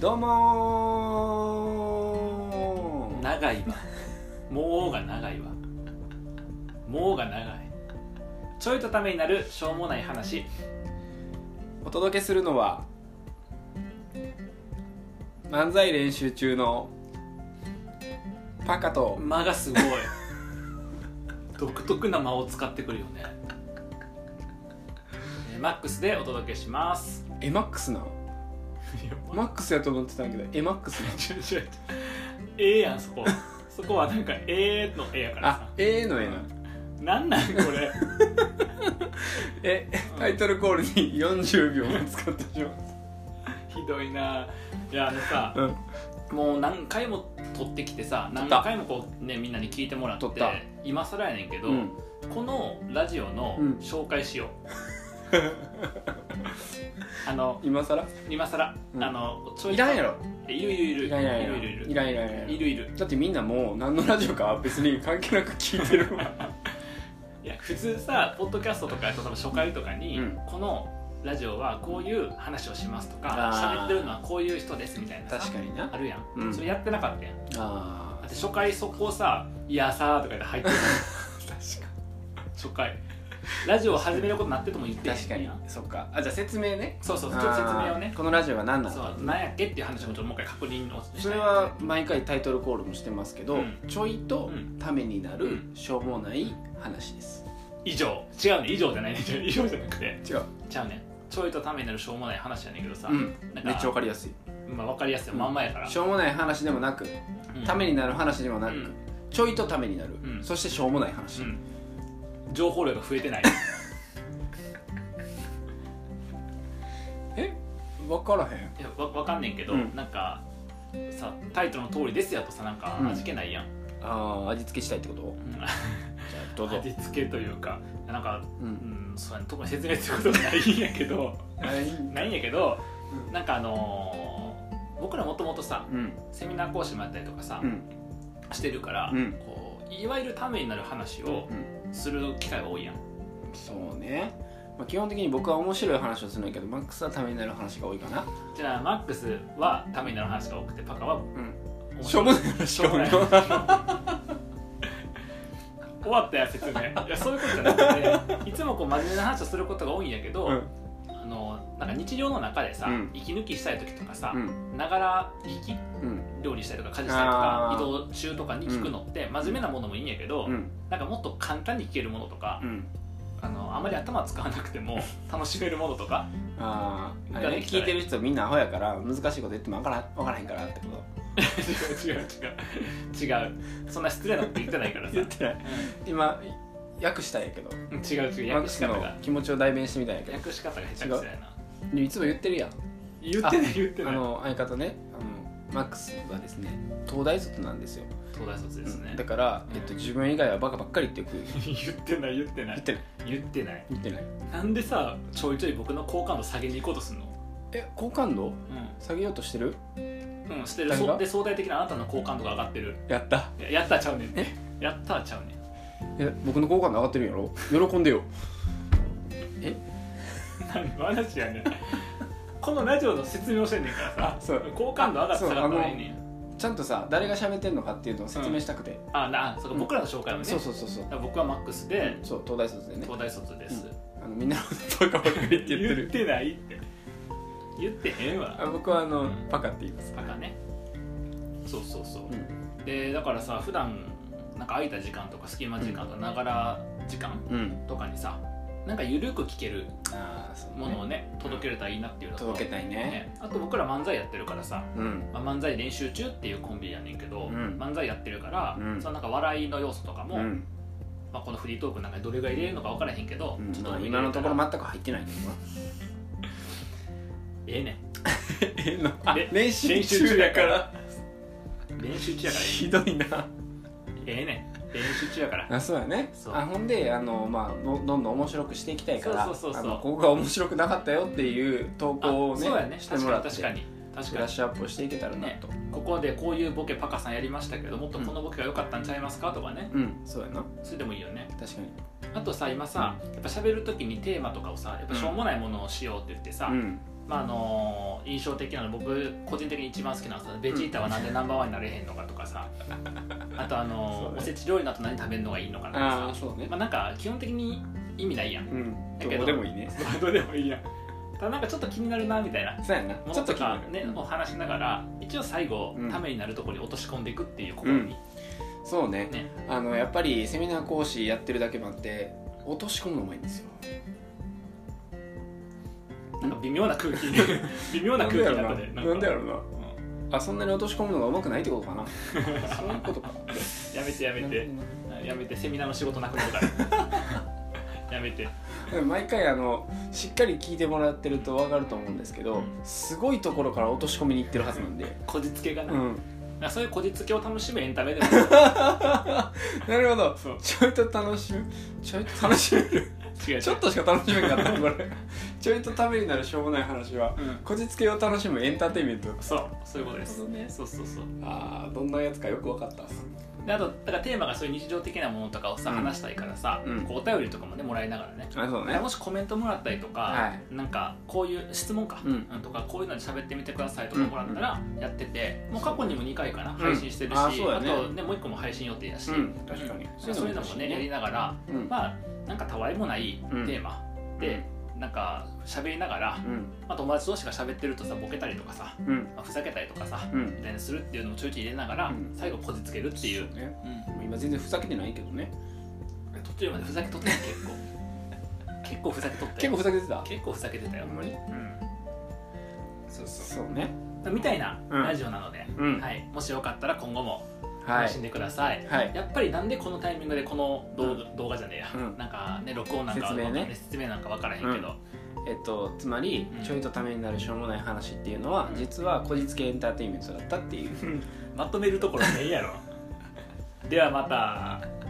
どうもー長いわもうが長いわもうが長いちょいとためになるしょうもない話お届けするのは漫才練習中のパカと間がすごい独特な間を使ってくるよねえーマックスでお届けしますエマックスなのいやマックスやと思ってたんやけどエマックスなのちょちょちょええやんそこそこはなんかええのえやからあさええのええななんなんこれえタイトルコールに40秒も使ってしまうひどいないやあのさうんもう何回も撮ってきてさ撮った何回もこうねみんなに聞いてもらって撮った今更やねんけど、うんこのラジオのうん紹介 しよう、あの今更今更、うんあのちょいいらんやろえいるいるいるいらんやろいるいるいらんいらんいらんいるいるだってみんなもう何のラジオかは別に関係なく聞いてるわいや普通さポッドキャストとかやと多分初回とかに、うんこのラジオはこういう話をしますとかあー喋ってるのはこういう人ですみたいなさ確かになあるやん、うんそれやってなかったやんだあって初回そこをさ「いやさ」とか言って入ってる確か初回ラジオを始めることになってとも言ってへんやん確かにそっかあじゃあ説明ねそうそうちょあっとー説明をねこのラジオは何なのそかうなんやっけっていう話もちょっともう一回確認をしたいそれは毎回タイトルコールもしてますけど、うんちょいとうんためになうるんしょうもない話です、以上違うね以上じゃないね以上じゃなくて違うちゃうねちょいとためになるしょうもない話やねんけどさ、うんなんかめっちゃわかりやすいまあ、分かりやすいまんまやから、しょうもない話でもなく、うんためになる話でもなく、うんちょいとためになる、うんそしてしょうもない話、うん情報量が増えてない え分からへんいやわわかんねんけど、うんなんかさタイトルの通りですやとさなんかうん味気ないやん、うんああ味付けしたいってことじゃあどうぞ、味付けというかなんか、う、うんん、そうやね特に説明することがないんやけどないんやけどうんなんかあのー僕らもともとさうんセミナー講師もやったりとかさ、うんしてるから、うんこういわゆるためになる話をうする機会が多いやん、んそうね、まあ、基本的に僕は面白い話をするんやけどマックスはためになる話が多いかなじゃあマックスはためになる話が多くてパカはうん面白いしょうもない話が多いしょうもな終わったや説明い やそういうことじゃなくていつもこう真面目な話をすることが多いんやけど、うんあのなんか日常の中でさ、うん息抜きしたい時とかさう、んながら息うん料理したりとか家事したりとかあー移動中とかに聞くのって、真面目なものもいいんやけど、うんなんかもっと簡単に聞けるものとか、うんあのあまり頭使わなく ても楽しめるものとかあーあれね聞いてる人みんなアホやから難しいこと言っても分から分からへんからってこと違う違う違う違うそんな失礼なこと言ってないからさ、言ってない今訳したんやけどうん違う違マッう訳クしス方のが気持ちを代弁してみたんやけど訳し方が下手くそやなでいつも言ってるやん言ってない言ってあないの相方ねあのマックスはですね東大卒なんですよ、東大卒ですうねんだから、えっと、自分以外はバカばっかりってよく 言ってない言ってな言っいてない言ってない言ってないなんでさちょいちょい僕の好感度下げに行こうとすんのえ好感度下げようとしてるうん、うん、してる誰がそで相対的なあなたの好感度が上がってるやったいややったらちゃうねんやったらちゃうねんえ僕の好感度上がってるんやろ喜んでよ何の話やねんこのラジオの説明をしてんねんからさあそう好感度上がったら下がったらいいねんちゃんとさ誰が喋ってんのかっていうのを説明したくて、あなあそうか僕らの紹介もねそうそうそうそうだから僕はマックスでそう東大卒でね東大卒です、あのみんなのバカばっかりって言ってるないって言ってへんあわ僕はあの、うんバカって言いますバカねそうそうそうう、でだからさ普段なんか空いた時間とか隙間時間とかながら時間うんとかにさなんかゆるく聞けるああそうものをね届けれたらいいなっていうのと届けたいねねあと僕ら漫才やってるからさうんまあ漫才練習中っていうコンビやねんけど、うん漫才やってるから、うんそのなんか笑いの要素とかも、うんまあ、このフリートークの中にどれぐらい入れるのか分からへんけど、うんちょっまあと今のところま全く入ってないけどなええね え のあれ練習中やからん 練習中やからひどいなえええねん練習中 やからあそうやねそうあほんであの、まあ、どどんどん面白くしていきたいからそうそうそうそうあのここが面白くなかったよっていう投稿をねあそうやねして確もからっにて確かに確ブかラッにシュアップをしていけたらなと、ここでこういうボケパカさんやりましたけどもっとこのボケが良かったんちゃいますかとかねうんそうやなそれでもいいよね確かにあとさ今さやっぱ喋る時にテーマとかをさやっぱしょうもないものをしようって言ってさ、うんまああの印象的なの僕個人的に一番好きなのはさベジータはなんでナンバーワンになれへんのかと かさあとあのそうねおせち料理の後何食べるのがいいのかとあかあさそうねまあなんか基本的に意味ないやんうんだけどどうでもいいね どうでもいいやんただなんかちょっと気になるなみたいなそうやなもちょのっとと気になかるねうんお話しながら一応最後うんためになるところに落とし込んでいくっていう試み、そうねねあのやっぱりセミナー講師やってるだけもあって落とし込むのうまいんですよなんか微妙な空気 微妙な空気になったでなんなんでややろうなあそんなに落とし込むのがうまくないってことかなそういうことかやめて やめてやめてセミナーの仕事なくなるか らやめて毎回あのしっかり聞いてもらってると分かると思うんですけど、うんすごいところから落とし込みにいってるはずなんで、こじつけがな,、うん、そういうこじつけを楽しむエンタ メでもなるほどそうちょいと楽しむちょいと楽し める違う違うちょっとしか楽しめなかったこれちょいとためになるしょうもない話はうんこじつけを楽しむエンターテインメントそうそういうことですなるほどねそうそうそうあーどんなやつかよく分かったっすであとだからテーマがそういう日常的なものとかをさ、うん話したいからさ、うんこうお便りとかもねもらいながらねあそうもしコメントもらったりとか、はなんかこういう質問か、うんとかこういうので喋ってみてくださいとかもらったらやってて、もう過去にも2回かな、ん配信してるしあそうだねと、ね、もう1個も配信予定だし、うん確かにそうそういうのもねやりながら、うんまあなんかたわいもないテーマで、なんか喋りながら、うんまあ、友達同士が喋ってるとさボケたりとかさ、うんまあふざけたりとかさうんみたいにするっていうのもちょいちょい入れながら、うん最後こじつけるっていう、ねうんもう今全然ふざけてないけどね途中までふざけとったよ結構結構ふざけとった結よ構ふざけてた結構ふざけてたよほんまにそうそそうねうみたいなうんラジオなので、うんはい、もしよかったら今後もは楽しんいでください、はいやっぱりなんでこのタイミングでこの動画,、動画じゃねえや、うんなんかね録音なんかは説明ね説明なんかわからへんけど、えっとつまりうんちょいとためになるしょうもない話っていうのは実はこじつけエンターテインメントだったっていう まとめるところねえやろではまた